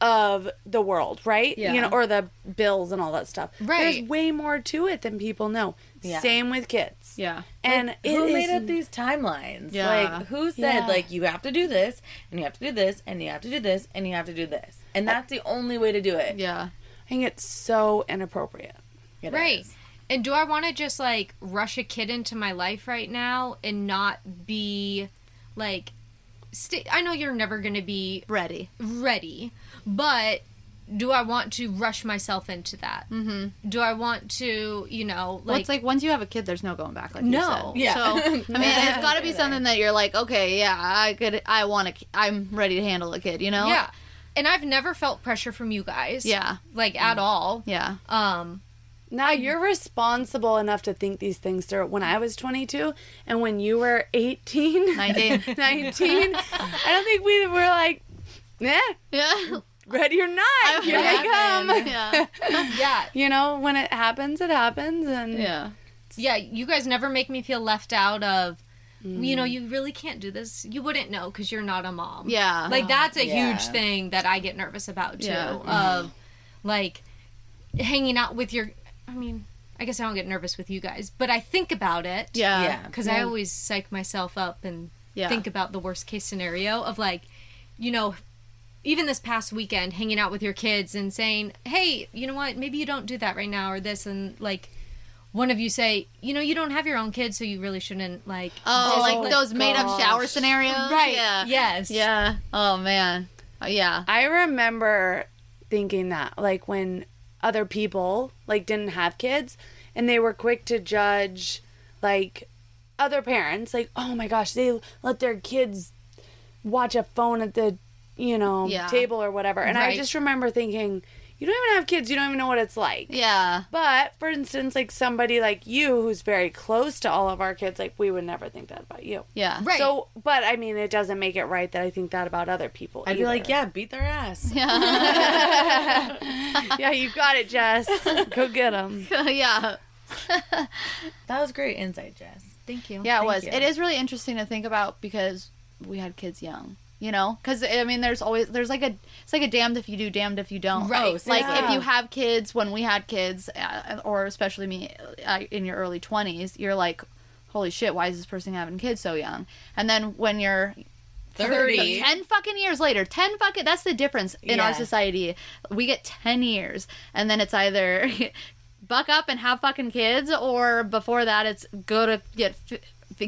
C: of the world, right?
B: Yeah.
C: You know, or the bills and all that stuff.
D: Right.
C: There's way more to it than people know.
A: Yeah.
C: Same with kids.
B: Yeah.
C: And it
A: Who made
C: is-
A: up these timelines?
B: Yeah.
A: Like, who said
C: Yeah.
A: like you have to do this, and you have to do this, and you have to do this, and you have to do this, and that's the only way to do it.
B: Yeah.
C: I think it's so inappropriate.
A: It
D: right.
A: is.
D: And do I want to just like rush a kid into my life right now and not be like, st- I know you're never going to be
B: Ready.
D: ready, but do I want to rush myself into that? Mm-hmm. Do I want to, you know, like,
B: Well, it's like once you have a kid, there's no going back. Like
D: No.
B: you
A: Yeah.
B: said. So I mean, it's got to be
A: Either.
B: something that you're like, okay, yeah, I could, I want to, I'm ready to handle a kid. You know?
D: yeah. And I've never felt pressure from you guys.
B: Yeah. Mm.
D: Like at all.
B: Yeah.
D: Um,
C: Now you're responsible enough to think these things through. When I was 22 and when you were 18,
B: 19.
C: 19, I don't think we were like, eh,
B: yeah.
C: ready or not, here they come.
B: Yeah.
D: yeah.
C: You know, when it happens, it happens. And
B: Yeah.
D: Yeah. You guys never make me feel left out of, you know, you really can't do this. You wouldn't know because you're not a mom.
B: Mm. Yeah.
D: Like that's a
A: Yeah.
D: huge thing that I get nervous about too.
B: Yeah. Mm-hmm.
D: Of like hanging out with your, I mean, I guess I don't get nervous with you guys, but I think about it.
B: Yeah.
A: Yeah.
D: because I always psych myself up and
B: Yeah.
D: think about the worst case scenario of like, you know, even this past weekend hanging out with your kids and saying, "Hey, you know what? Maybe you don't do that right now or this and like one of you say, "You know, you don't have your own kids, so you really shouldn't like
B: Oh,
D: just,
B: like
D: let
B: those made up
D: go."
B: shower scenarios.
D: Right.
B: Yeah.
D: Yes.
B: Yeah. Oh man. Oh, yeah.
C: I remember thinking that, like when other people like didn't have kids, and they were quick to judge, like other parents, like oh my gosh, they let their kids watch a phone at the you know
B: Yeah.
C: table or whatever. And I
B: Right.
C: just remember thinking, you don't even have kids, you don't even know what it's like.
B: Yeah.
C: But for instance, like somebody like you who's very close to all of our kids, like we would never think that about you.
B: Yeah.
D: Right.
C: So, but I mean, it doesn't make it right that I think that about other people.
A: I'd be
C: either.
A: like, yeah, beat their ass.
B: Yeah.
C: yeah, you got it, Jess. Go get them.
B: yeah.
A: That was great insight, Jess.
D: Thank you.
B: Yeah, it
A: Thank
B: was.
A: you.
B: It is really interesting to think about because we had kids young. You know, because I mean, there's always there's like a it's like a damned if you do, damned if you don't.
A: Right.
B: Like
A: Yeah.
B: if you have kids, when we had kids, uh, or especially me uh, in your early twenties, you're like, holy shit, why is this person having kids so young? And then when you're
A: 30.
B: ten fucking years later, ten fucking that's the difference in our
A: Yeah.
B: society. We get ten years, and then it's either buck up and have fucking kids, or before that, it's go to get f-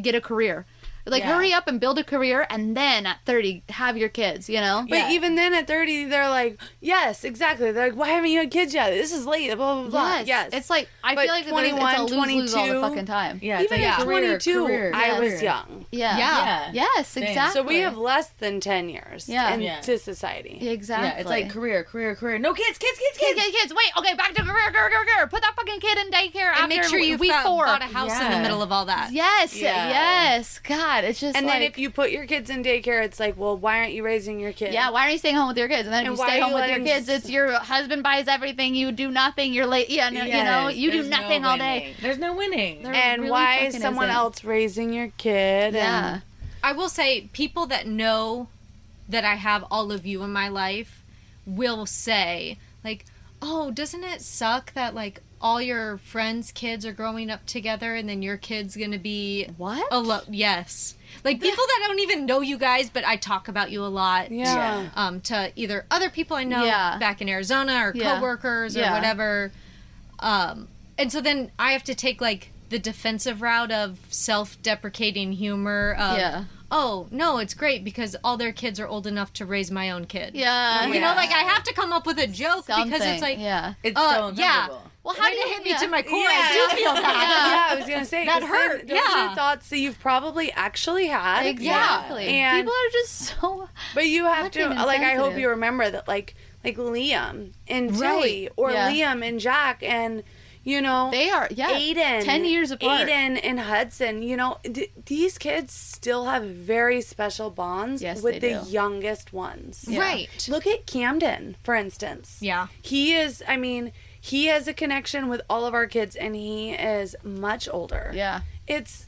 B: get a career. Like
A: Yeah.
B: hurry up and build a career, and then at thirty, have your kids. You know.
C: But
A: Yeah.
C: even then at 30, they're like, yes, exactly. They're like, why haven't you had kids yet? This is late, blah, blah, blah. Yes.
B: It's like I
C: But
B: feel like 21, it's a
C: 21,
B: lose lose all the
C: 22
B: fucking time.
A: Yeah, it's
C: even
A: like
C: at
A: a career,
C: 22,
A: career,
C: I was
A: career.
C: young.
B: Yeah.
A: Yeah.
B: Yes.
A: Same.
B: Exactly.
C: So we have less than 10 years
B: Yeah.
C: in,
A: Yeah.
C: to society.
B: Exactly.
A: Yeah, it's like career, career, career. No kids, kids, kids,
B: kids,
A: kids.
B: kids, kids. Wait. Okay. Back to career, career, career, career. Put that fucking kid in daycare after
D: And make sure you
B: week
D: found,
B: four.
D: bought a house in
A: Yeah.
D: the middle of all that.
B: Yes,
A: Yeah.
B: yes. God, it's just
C: And
B: like,
C: then if you put your kids in daycare, it's like, well, why aren't you raising your kids?
B: yeah, why aren't you staying home with your kids? And then
C: And
B: if you
C: why
B: stay
C: are
B: home
C: you
B: with your
C: letting
B: kids,
C: s-
B: it's your husband buys everything, you do nothing, you're late. Yeah, no, you know,
A: Yes,
B: you do
A: there's no
B: nothing all day.
A: winning. There's no winning.
B: There-
C: And
B: really
C: why is
B: fucking
C: someone
B: isn't.
C: else raising your kid?
B: Yeah,
C: And
D: I will say people that know that I have all of you in my life will say like, "Oh, doesn't it suck that like all your friends' kids are growing up together and then your kid's going to be
B: What?
D: Alone. Yes. Like people that don't even know you guys, but I talk about you a lot.
C: yeah.
A: Yeah.
D: Um, to either other people I know
B: Yeah.
D: back in Arizona or
B: Yeah.
D: coworkers or
B: Yeah.
D: whatever. Um, and so then I have to take like the defensive route of self-deprecating humor of
B: Yeah.
D: oh no it's great because all their kids are old enough to raise my own kid
B: yeah.
D: you know like i have to come up with a joke because it's like
B: yeah.
A: it's
D: uh,
A: so
D: yeah.
A: uncomfortable.
B: Well,
D: how do you hit me
B: yeah.
D: to my core
C: Yeah.
D: i do feel bad
C: yeah, I was gonna say
D: That
C: 'cause
D: hurt,
C: Then those
D: yeah.
C: are thoughts that you've probably actually had.
B: Exactly.
C: And-
B: People are just so.
C: But you have to
B: Fucking
C: like. I hope
B: insensitive.
C: you remember that, like, like Liam and Zoe, or
B: Yeah.
C: Liam and Jack, and you know,
B: They are, yeah.
C: Aiden,
B: 10 years apart.
C: Aiden and Hudson. You know, d- these kids still have very special bonds
B: Yes,
C: with
B: they
C: the
B: do.
C: youngest ones.
D: right
C: Look at Camden, for instance.
D: Yeah.
C: He is, I mean, he has a connection with all of our kids and he is much older.
B: Yeah.
C: It's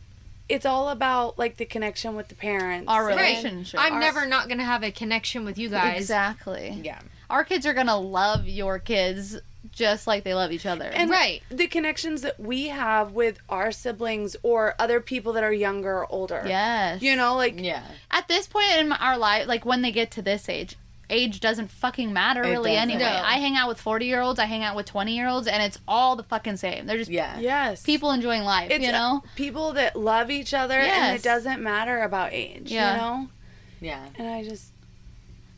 C: it's all about like the connection with the parents.
B: Our
C: And-
D: Right.
B: relationship.
D: i'm
B: Our-
D: never not gonna have a connection with you guys
B: Exactly.
A: Yeah.
B: Our kids are going to love your kids just like they love each other.
C: And
D: Right.
C: the connections that we have with our siblings or other people that are younger or older.
B: yes.
C: You know, like
A: Yeah.
B: at this point in my- our life, like when they get to this age, age doesn't fucking matter
A: It
B: really
A: doesn't.
B: anyway.
A: No.
B: I hang out with 40 year olds, I hang out with 20 year olds, and it's all the fucking same. They're just
A: Yeah.
C: yes.
B: people enjoying life,
C: it's
B: you know?
C: uh, people that love each other and
B: Yes.
C: it doesn't matter about age,
B: Yeah.
C: you know?
A: Yeah.
C: And I just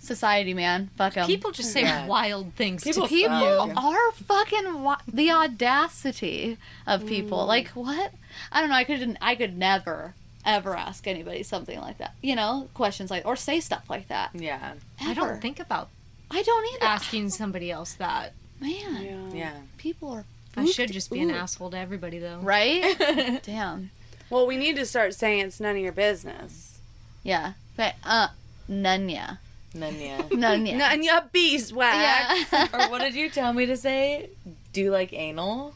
B: Society, man. Fuck 'em.
D: people just say
A: Yeah.
D: wild things
A: People
D: to people
A: suck.
B: are fucking wi- the audacity of people. Like what? I don't know. I could I could never ever ask anybody something like that. You know, questions like or say stuff like that.
A: Yeah.
D: i
B: Ever.
D: don't think about
B: I don't either.
D: asking somebody else that
B: Man,
C: yeah.
A: Yeah.
B: people are
D: i should
B: Ooped-
D: just be an
B: ooh.
D: asshole to everybody though
B: right. Damn.
C: Well, we need to start saying it's none of your business.
B: Yeah. But uh, Nunya.
A: Nunya.
B: Nunya.
C: None of your beeswax.
B: yeah.
A: or what did you tell me to say? Do you like anal?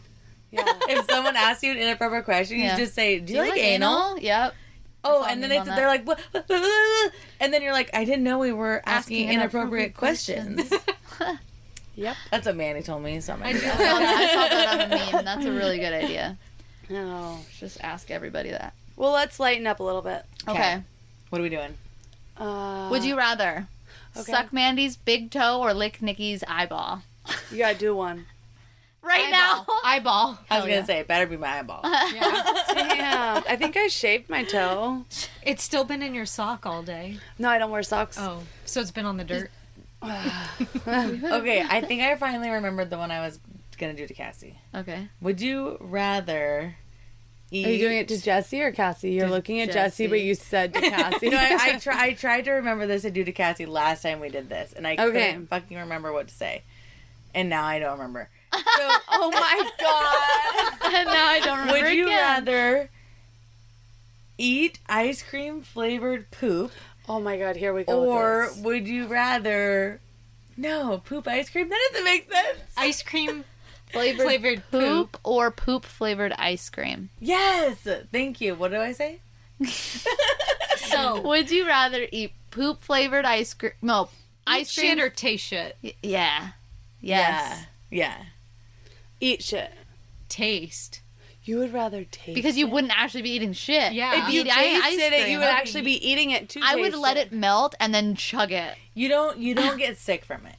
C: Yeah.
A: If someone asks you an inappropriate question,
B: Yeah.
A: you just say, "Do you, like, anal?"
B: Yep.
A: Oh,
B: saw a
A: and then
B: meme
A: they,
B: on
A: they're like, "What?" and then you're like, "I didn't know we were asking,
B: Asking
A: inappropriate,
B: inappropriate
A: questions."
C: Yep.
A: That's what Manny told me. So I'm
D: I
A: like,
D: do
B: I saw that on a meme. That's a really good idea.
C: Oh.
B: Just ask everybody that.
C: Well, let's lighten up a little bit.
A: Okay.
B: Okay.
A: what are we doing?
C: Uh,
B: Would you rather?
C: Okay.
B: Suck Mandy's big toe or lick Nikki's eyeball.
C: You gotta do one.
B: Right now.
D: eyeball.
A: I was gonna say, it better be my eyeball.
D: Yeah.
C: Damn. I think I shaved my toe.
D: it's still been in your sock all day.
C: No, I don't wear socks.
D: Oh, so it's been on the dirt.
A: okay, I think I finally remembered the one I was gonna do to Cassie.
B: Okay.
A: Would you rather eat?
C: Are you doing it to Jesse or Cassie? You're looking at Jesse,
B: Jesse.
C: but you said to Cassie.
A: No, I, I, try, I tried to remember this to do to Cassie last time we did this, and I
C: Okay.
A: couldn't fucking remember what to say, and now I don't remember.
C: oh my god.
B: and now I don't remember
A: Would you
B: again.
A: rather eat ice cream flavored poop,
C: Oh my god, here we go. with
A: or
C: this.
A: would you rather no poop ice cream? That doesn't make sense.
D: Ice cream
B: flavored,
D: flavored poop.
B: poop or poop flavored ice cream?
A: Yes, thank you. What do I say?
D: So
B: Would you rather eat poop flavored ice cream? No, ice
D: ice
B: cream.
D: shit or taste shit.
B: Y- yeah. Yes.
A: Yeah. Yeah.
C: eat shit.
D: Taste.
C: You would rather taste
B: Because you wouldn't actually be eating shit.
D: Yeah. If
C: If you
B: You'd eat i- ice
C: tasted it,
B: cream.
C: you would actually be eating it too.
B: I would let it melt and then chug it.
A: You don't you don't get sick from it.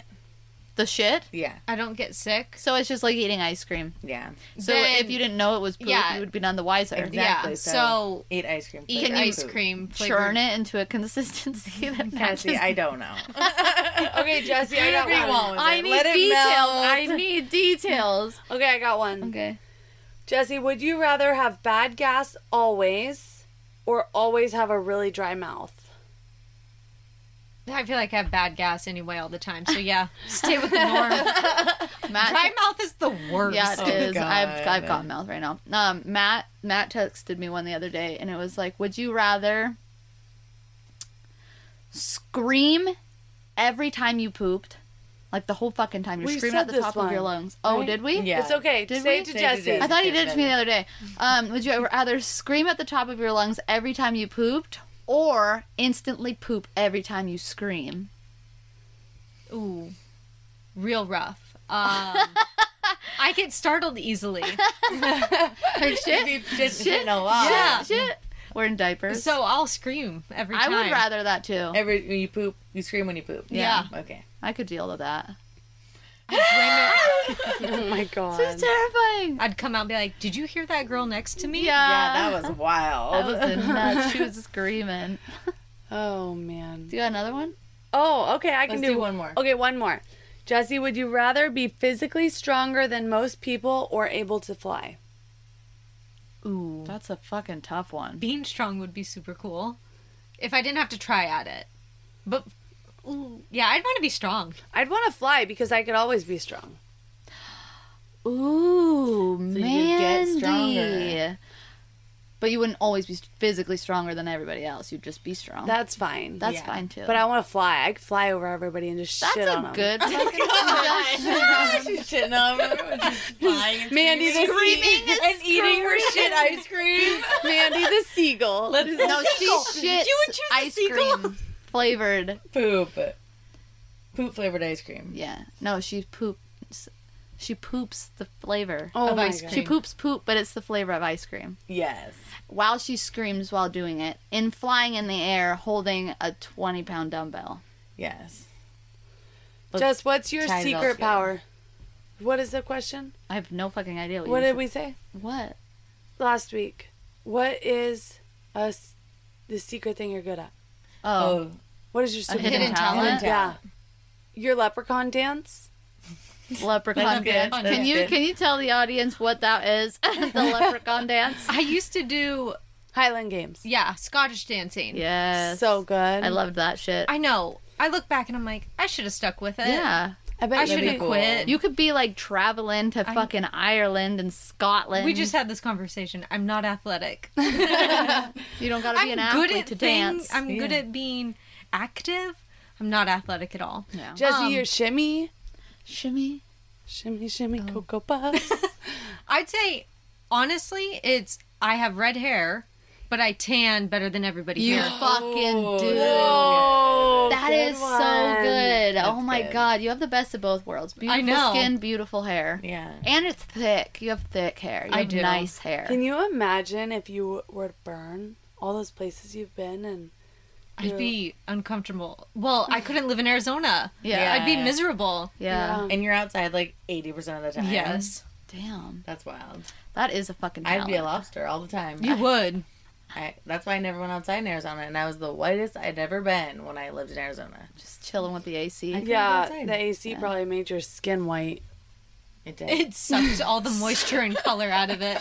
B: The shit.
A: Yeah.
D: I don't get sick.
B: So it's just like eating ice cream.
A: Yeah.
B: So
D: Then-
B: if you didn't know it was poop,
D: Yeah.
B: you would be none the wiser.
A: Exactly.
D: yeah.
A: so-
D: So,
A: Eat ice cream.
D: eat
A: flavored
D: ice
A: poop.
D: cream.
B: Churn it into a consistency that matches.
A: Cassie, I don't know.
C: Okay, Jesse, I got
A: Whatever you
C: one.
A: want with
B: I
A: it.
B: need
A: Let it
B: details.
A: melt.
B: I need details.
C: Okay, I got one.
B: Okay.
C: Jesse, would you rather have bad gas always or always have a really dry mouth?
D: I feel like I have bad gas anyway all the time. So yeah, stay with the norm.
B: Matt,
D: Dry mouth is the worst.
B: Yeah, it
A: Oh,
B: is. I've
A: God.
B: I've got mouth right now. Um, Matt Matt texted me one the other day, and it was like, "Would you rather scream every time you pooped, like the whole fucking time you're
C: We
B: screaming at
C: said
B: the
C: this
B: top of your
C: one,
B: lungs?" Oh,
C: right?
B: did we?
A: Yeah.
C: It's okay.
B: Did
C: Say
B: we?
C: it
A: Say
C: to
A: it to
C: Jesse.
A: Jesse.
B: I thought you did it to me the
A: Better.
B: other day. Um, would you rather scream at the top of your lungs every time you pooped, or instantly poop every time you scream?
D: Ooh, real rough. Um, I get startled easily.
B: Like shit,
A: Be just shitting a lot.
D: Yeah.
B: shit. We're in diapers.
D: So I'll scream every
B: I
D: time.
B: would rather that too.
A: Every when you poop, you scream when you poop.
D: Yeah.
A: Okay.
B: I could deal with that.
C: Oh my
B: This
C: god.
B: is terrifying.
D: I'd come out and be like, "Did you hear that girl next to me?"
A: Yeah, Uh-huh. that was
B: That
A: wild.
B: was a nuts. She was screaming.
C: Oh man.
B: Do you got another one?
C: Oh, okay, I can
A: Let's
C: do,
A: do one more.
C: Okay, one more. Jesse, would you rather be physically stronger than most people or able to fly?
D: Ooh,
B: That's a fucking tough one.
D: being strong would be super cool if I didn't have to try at it. But ooh, yeah, I'd want to be strong.
C: I'd want to fly because I could always be strong.
B: Ooh,
A: So
B: Mandy.
A: you could get stronger.
B: But you wouldn't always be physically stronger than everybody else. You'd just be strong.
C: That's fine.
B: Oh. That's
A: yeah.
B: fine too.
C: but I want to fly. I could fly over everybody and just
B: That's
C: shit on
B: a
C: 'em.
B: good. fucking
A: She's shitting on her when she's flying and
C: Mandy the
A: screaming
C: sea-
A: and eating her shit ice cream.
C: Mandy the seagull.
B: no, she shits
D: You would choose a
B: ice
D: seagull?
B: cream flavored.
A: Poop. Poop flavored ice cream.
B: Yeah. No, she poops. She poops the flavor.
C: oh
D: of
C: my
D: ice
C: God.
B: She
D: cream.
B: poops poop, but it's the flavor of ice cream.
A: Yes.
B: while she screams while doing it in flying in the air holding a 20 pound dumbbell
A: Yes.
C: Just what's your
A: tie it all
C: secret
A: together.
C: power? What is the question?
B: i have no fucking idea what,
C: What
B: you
C: did we say
B: what
C: last week? What is us the secret thing you're good at?
B: oh,
A: Oh,
C: What is your
B: a
C: secret?
B: hidden,
D: hidden
B: talent,
A: talent.
C: Yeah. Your leprechaun dance?
B: leprechaun
A: That's good.
B: dance
A: That's
B: can you
A: good.
B: can you tell the audience what that is the leprechaun dance
D: I used to do
C: Highland Games.
D: yeah Scottish dancing.
B: yes
C: So good.
B: i loved that shit
D: I know. I look back and I'm like, I should have stuck with it.
B: yeah
C: I bet
D: I
C: you
D: should
A: That'd be
C: could.
D: have
A: cool.
D: quit.
B: you could be like traveling to
D: I-
B: fucking ireland and scotland
D: We just had this conversation. I'm not athletic.
B: you don't gotta be
D: I'm
B: an
D: good
B: athlete
D: at
B: to
D: things.
B: dance
D: I'm good
A: Yeah.
D: at being active. I'm not athletic at all.
B: no.
C: Jesse,
D: Um,
C: your shimmy.
B: shimmy
C: Shimmy, shimmy, cocoa puffs.
D: I'd say honestly, it's I have red hair, but I tan better than everybody
B: you
D: here.
B: fucking do
C: oh,
B: That
C: good
B: is so
C: one.
B: good. oh my
A: good.
B: god, you have the best of both worlds. Beautiful
D: know.
B: skin, beautiful hair.
A: Yeah.
B: And it's thick. You have thick hair. You
D: I
B: have
D: do.
B: nice hair.
C: Can you imagine if you were to burn all those places you've been and
D: I'd be uncomfortable. Well, I couldn't live in Arizona.
B: Yeah.
D: I'd be
A: Yeah.
D: miserable.
B: Yeah.
C: Yeah.
A: And you're outside like 80% of the time.
D: Yes.
B: Damn.
A: That's wild.
B: That is a fucking talent.
A: I'd be a lobster all the time.
D: You would.
A: I, that's why I never went outside in Arizona, and I was the whitest I'd ever been when I lived in Arizona.
B: Just chilling with the AC.
A: I-
C: Yeah,
A: outside.
C: the AC probably made your skin white.
A: It did.
D: It sucked all the moisture and color out of it.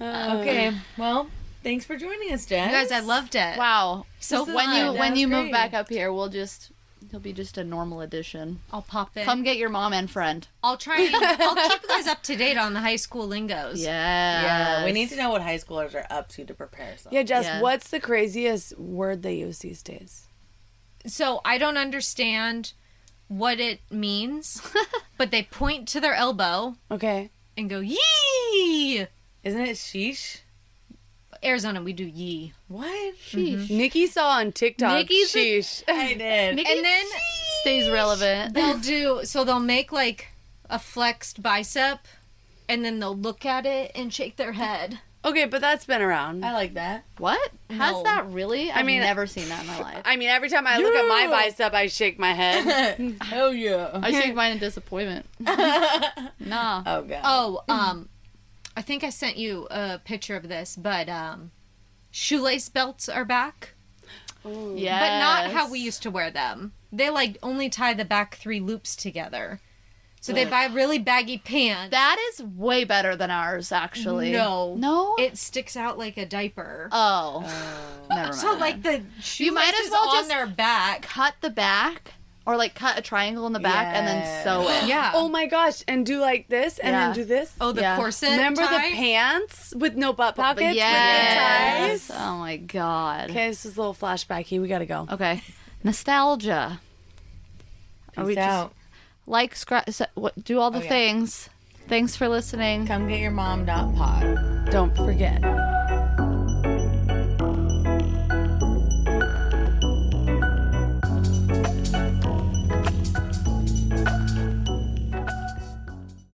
A: okay, well, thanks for joining us, Jen.
D: You guys, I loved it.
B: Um, wow.
D: So
B: So when
D: fun.
B: you
D: That
B: when
A: was
B: you move
A: great.
B: back up here, we'll just you'll be just a normal addition.
D: I'll pop in.
B: Come get your mom and friend.
D: I'll try. And, I'll keep you guys up to date on the high school lingos.
B: Yeah.
A: Yeah, we need to know what high schoolers are up to to prepare. Yourself.
C: Yeah, Jess,
B: Yeah.
C: what's the craziest word they use these days?
D: So I don't understand what it means, but they point to their elbow
C: Okay.
D: and go yee.
A: isn't it sheesh?
D: Arizona, we do yee.
A: What?
B: Sheesh.
C: Nikki saw on TikTok.
B: Nikki's a-
C: sheesh.
A: I did.
B: Nikki
D: And then
B: stays relevant.
D: they'll do. So they'll make like a flexed bicep, and then they'll look at it and shake their head.
C: okay, but that's been around.
A: I like that.
B: What?
D: No.
B: Has that really? I've
C: mean-
B: never seen that in my life.
C: I mean, every time I look at my bicep, I shake my head.
A: Hell Oh, yeah.
B: I shake mine in disappointment. nah.
A: Oh god.
D: Oh, um, I think I sent you a picture of this, but um, shoelace belts are back.
B: Yeah.
D: but not how we used to wear them. They like only tie the back three loops together. So they buy really baggy pants.
B: That is way better than ours, actually.
D: No.
B: No.
D: it sticks out like a diaper.
B: oh. Never mind.
D: so like the shoelaces
B: You might as well
D: on
B: just-
D: their back.
B: cut the back or like cut a triangle in the back and then
A: Yes.
B: sew it.
D: Yeah.
C: Oh my gosh, and do like this and
B: Yeah.
C: then do this.
D: Oh, the
B: yeah.
D: corset.
C: Remember
D: tie?
C: the pants with no butt
B: But
C: pockets?
B: yes.
C: With no ties?
B: Oh my god. Okay.
C: Okay, this is a little flashback. Here, we gotta go.
B: Nostalgia.
A: Peace
B: we just-
A: out.
B: Like scratch. What? Do all the
A: yeah.
B: things. Thanks for listening.
A: Come get your mom. Dot pod.
C: Don't forget.